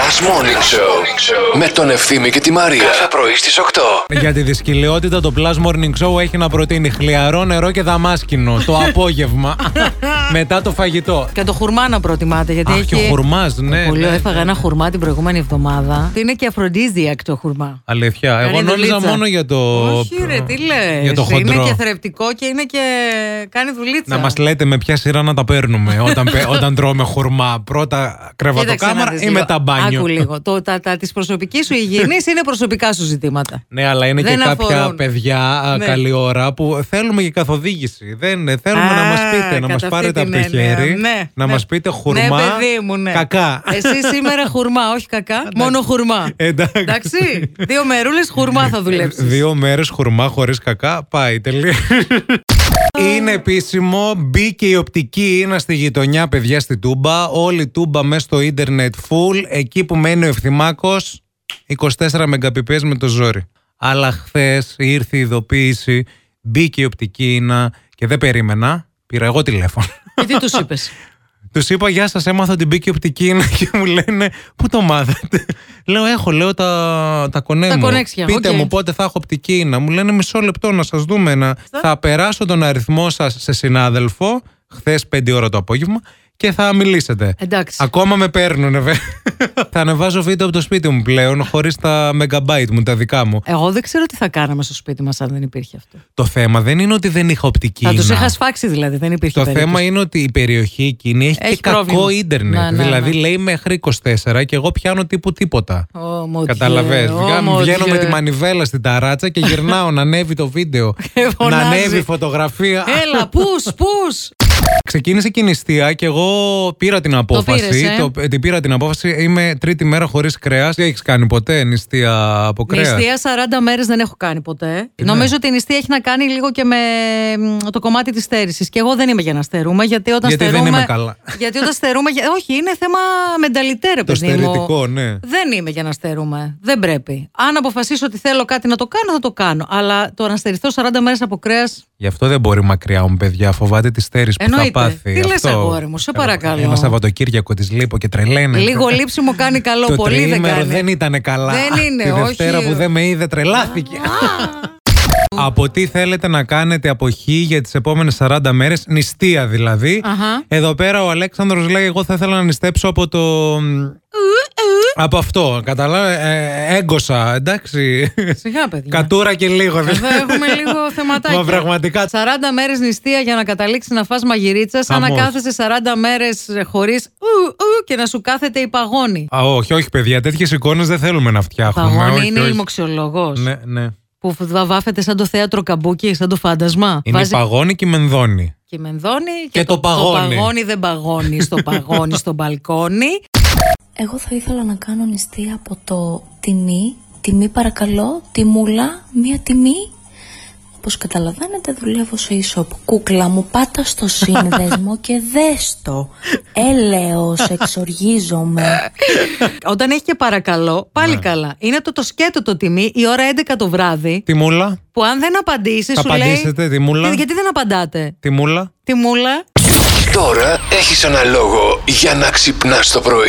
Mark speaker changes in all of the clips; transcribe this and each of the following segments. Speaker 1: Last Morning Show με τον Ευθύμη και τη Μαρία. Κάθε πρωί στις 8.
Speaker 2: Για τη δυσκολιότητα, το Plus Morning Show έχει να προτείνει χλιαρό νερό και δαμάσκινο το απόγευμα. μετά το φαγητό.
Speaker 3: Και το χουρμά να προτιμάτε. Γιατί
Speaker 2: Αχ,
Speaker 3: έχει...
Speaker 2: και ο χουρμάς, ναι,
Speaker 3: Πολύ
Speaker 2: ναι,
Speaker 3: έφαγα ένα χουρμά την προηγούμενη εβδομάδα. Είναι και αφροντίζιακ το χουρμά.
Speaker 2: Αλήθεια. Εγώ
Speaker 3: Καλή
Speaker 2: νόμιζα
Speaker 3: δουλίτσα.
Speaker 2: μόνο για το.
Speaker 3: Όχι, ρε, τι λες.
Speaker 2: Για το
Speaker 3: Είναι
Speaker 2: χοντρό.
Speaker 3: και θρεπτικό και είναι και. κάνει δουλίτσα.
Speaker 2: Να μας λέτε με ποια σειρά να τα παίρνουμε όταν, πε- όταν τρώμε χουρμά. Πρώτα
Speaker 3: Κοίταξε να
Speaker 2: κρεβατοκάμαρα
Speaker 3: δεις
Speaker 2: ή
Speaker 3: λίγο.
Speaker 2: μετά μπάνιο.
Speaker 3: Άκου λίγο. Το, τα, τα της προσωπικής σου υγιεινής είναι προσωπικά σου ζητήματα.
Speaker 2: Ναι, αλλά είναι
Speaker 3: Δεν
Speaker 2: και κάποια
Speaker 3: αφορούν.
Speaker 2: παιδιά α,
Speaker 3: Ναι.
Speaker 2: καλή ώρα που θέλουμε και καθοδήγηση. Δεν, ε, θέλουμε
Speaker 3: Α,
Speaker 2: να μας πείτε, να μας
Speaker 3: κατά
Speaker 2: πάρετε από
Speaker 3: αυτή
Speaker 2: το
Speaker 3: την έννοια.
Speaker 2: χέρι,
Speaker 3: Ναι,
Speaker 2: να
Speaker 3: ναι.
Speaker 2: μας πείτε χουρμά.
Speaker 3: Ναι, παιδί μου, ναι.
Speaker 2: Κακά.
Speaker 3: Εσύ σήμερα χουρμά, όχι κακά. μόνο χουρμά.
Speaker 2: Εντάξει.
Speaker 3: Εντάξει. Δύο μερούλες χουρμά θα δουλέψεις.
Speaker 2: Δύο μέρες χουρμά χωρίς κακά. Πάει τελείως. Είναι επίσημο, μπήκε η οπτική είναι στη γειτονιά, παιδιά, στη Τούμπα. Όλη η Τούμπα μέσα στο ίντερνετ, full. Εκεί που μένει ο Ευθυμάκος, 24 μεγαπιπές με το ζόρι. Αλλά χθες ήρθε η ειδοποίηση, μπήκε η οπτική είναι και δεν περίμενα. Πήρα εγώ τηλέφωνο.
Speaker 3: Και τι τους είπες.
Speaker 2: Τους είπα, Γεια σας, έμαθα ότι μπήκε η οπτική είναι και μου λένε, Πού το μάθατε. λέω, Έχω, λέω τα, τα κονέ
Speaker 3: Τα
Speaker 2: μου.
Speaker 3: κονέξια,
Speaker 2: Πείτε
Speaker 3: οκ.
Speaker 2: μου πότε θα έχω οπτική είναι. Μου λένε, Μισό λεπτό να σας δούμε. Να... Θα περάσω τον αριθμό σας σε συνάδελφο, χθες 5 ώρα το απόγευμα, και θα μιλήσετε.
Speaker 3: Εντάξει.
Speaker 2: Ακόμα με παίρνουνε, βέβαια. θα ανεβάζω βίντεο από το σπίτι μου πλέον, χωρίς τα megabyte μου, τα δικά μου.
Speaker 3: Εγώ δεν ξέρω τι θα κάναμε στο σπίτι μας αν δεν υπήρχε αυτό.
Speaker 2: Το θέμα δεν είναι ότι δεν είχα οπτική
Speaker 3: Θα τους
Speaker 2: ίνα.
Speaker 3: είχα σφάξει δηλαδή, δεν υπήρχε
Speaker 2: Το
Speaker 3: περίπτωση.
Speaker 2: θέμα είναι ότι η περιοχή εκείνη έχει,
Speaker 3: Έχει
Speaker 2: και κακό
Speaker 3: πρόβλημα.
Speaker 2: ίντερνετ.
Speaker 3: Ναι, ναι,
Speaker 2: δηλαδή
Speaker 3: ναι.
Speaker 2: λέει μέχρι 24 και εγώ πιάνω τύπου τίποτα.
Speaker 3: Ω, mon Dieu,
Speaker 2: Καταλαβες.
Speaker 3: ω,
Speaker 2: Βγα-
Speaker 3: mon
Speaker 2: Βγαίνω
Speaker 3: Dieu.
Speaker 2: με τη μανιβέλα στην ταράτσα και γυρνάω να ανέβει το βίντεο.
Speaker 3: Και
Speaker 2: να
Speaker 3: φωνάζει.
Speaker 2: ανέβει η φωτογραφία.
Speaker 3: Έλα, πούς, πούς.
Speaker 2: Ξεκίνησε και η νηστεία και εγώ πήρα την απόφαση.
Speaker 3: πήρες, ε.
Speaker 2: Το- την πήρα την απόφαση. Είμαι τρίτη μέρα χωρίς κρέας. Τι έχεις κάνει ποτέ νηστεία από κρέας.
Speaker 3: Νηστεία 40 μέρες δεν έχω κάνει ποτέ.
Speaker 2: ναι.
Speaker 3: Νομίζω ότι η νηστεία έχει να κάνει λίγο και με μ, το κομμάτι της στέρησης. Και εγώ δεν είμαι για να στερούμε, γιατί όταν
Speaker 2: Γιατί δεν
Speaker 3: στερούμε.
Speaker 2: είμαι καλά.
Speaker 3: Γιατί όταν στερούμε. για- Όχι, είναι θέμα μενταλιτέ, ρε
Speaker 2: Το
Speaker 3: παιδί μου.
Speaker 2: στερητικό, ναι.
Speaker 3: Δεν είμαι για να στερούμε. Δεν πρέπει. Αν αποφασίσω ότι θέλω κάτι να το κάνω, θα το κάνω. Αλλά το να στερηθώ 40 μέρες από κρέας.
Speaker 2: Γι' αυτό δεν μπορεί μακριά μου, παιδιά. Φοβάται τι στέρε που θα
Speaker 3: Εννοείται.
Speaker 2: πάθει.
Speaker 3: Τι λες,
Speaker 2: Αυτό.
Speaker 3: αγόρι μου, σε παρακαλώ.
Speaker 2: Ένα Σαββατοκύριακο της λείπω και τρελαίνε.
Speaker 3: Λίγο λείψη μου κάνει καλό.
Speaker 2: Το
Speaker 3: πολύ δεν
Speaker 2: τριήμερο
Speaker 3: κάνει.
Speaker 2: δεν ήταν καλά.
Speaker 3: Δεν είναι,
Speaker 2: Τη
Speaker 3: όχι.
Speaker 2: Δευτέρα που δεν με είδε, τρελάθηκε. Από τι θέλετε να κάνετε από χ για τις επόμενες 40 μέρες, νηστεία δηλαδή.
Speaker 3: Αχα.
Speaker 2: Εδώ πέρα ο Αλέξανδρος λέει εγώ θα ήθελα να νηστέψω από το... Από αυτό, καταλάβα, ε, έγκωσα, εντάξει.
Speaker 3: Σιγά, παιδιά.
Speaker 2: Κατούρα και λίγο.
Speaker 3: Εδώ έχουμε λίγο θεματάκι.
Speaker 2: Μα πραγματικά.
Speaker 3: 40 μέρες νηστεία για να καταλήξει να φας μαγειρίτσα, σαν να
Speaker 2: Χαμός.
Speaker 3: κάθεσαι 40 μέρε χωρί και να σου κάθεται η παγόνη.
Speaker 2: Α, όχι, όχι παιδιά, τέτοιες εικόνες δεν θέλουμε να φτιάχνουμε.
Speaker 3: Παγόνη
Speaker 2: όχι,
Speaker 3: είναι
Speaker 2: όχι.
Speaker 3: η λοξιολογό.
Speaker 2: Ναι, ναι.
Speaker 3: Που βα- βάφεται σαν το θέατρο καμπούκι, σαν το φάντασμα.
Speaker 2: Είναι η παγόνη και η μενδόνη.
Speaker 3: και μενδώνει και,
Speaker 2: το παγώνει.
Speaker 3: Το παγώνει δεν παγώνει, στο παγώνει, στο μπαλκόνι.
Speaker 4: Εγώ θα ήθελα να κάνω νηστεία από το τιμή, τιμή παρακαλώ, τιμούλα, μία τιμή. Όπως καταλαβαίνετε δουλεύω σε e-shop. Κούκλα μου πάτα στο σύνδεσμο και δέστο. Έλεος, εξοργίζομαι.
Speaker 3: Όταν έχεις και παρακαλώ, πάλι
Speaker 2: Ναι.
Speaker 3: καλά. Είναι το, το σκέτο το τιμή, η ώρα 11 το βράδυ,
Speaker 2: Τη μούλα,
Speaker 3: που αν δεν απαντήσεις,
Speaker 2: Θα
Speaker 3: σου λέει.
Speaker 2: απαντήσετε, Τιμούλα.
Speaker 3: «Τι- Γιατί δεν απαντάτε,
Speaker 2: τη μούλα.
Speaker 3: Τιμούλα.
Speaker 1: Τώρα έχεις ένα λόγο για να ξυπνάς το πρωί.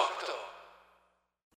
Speaker 1: 8.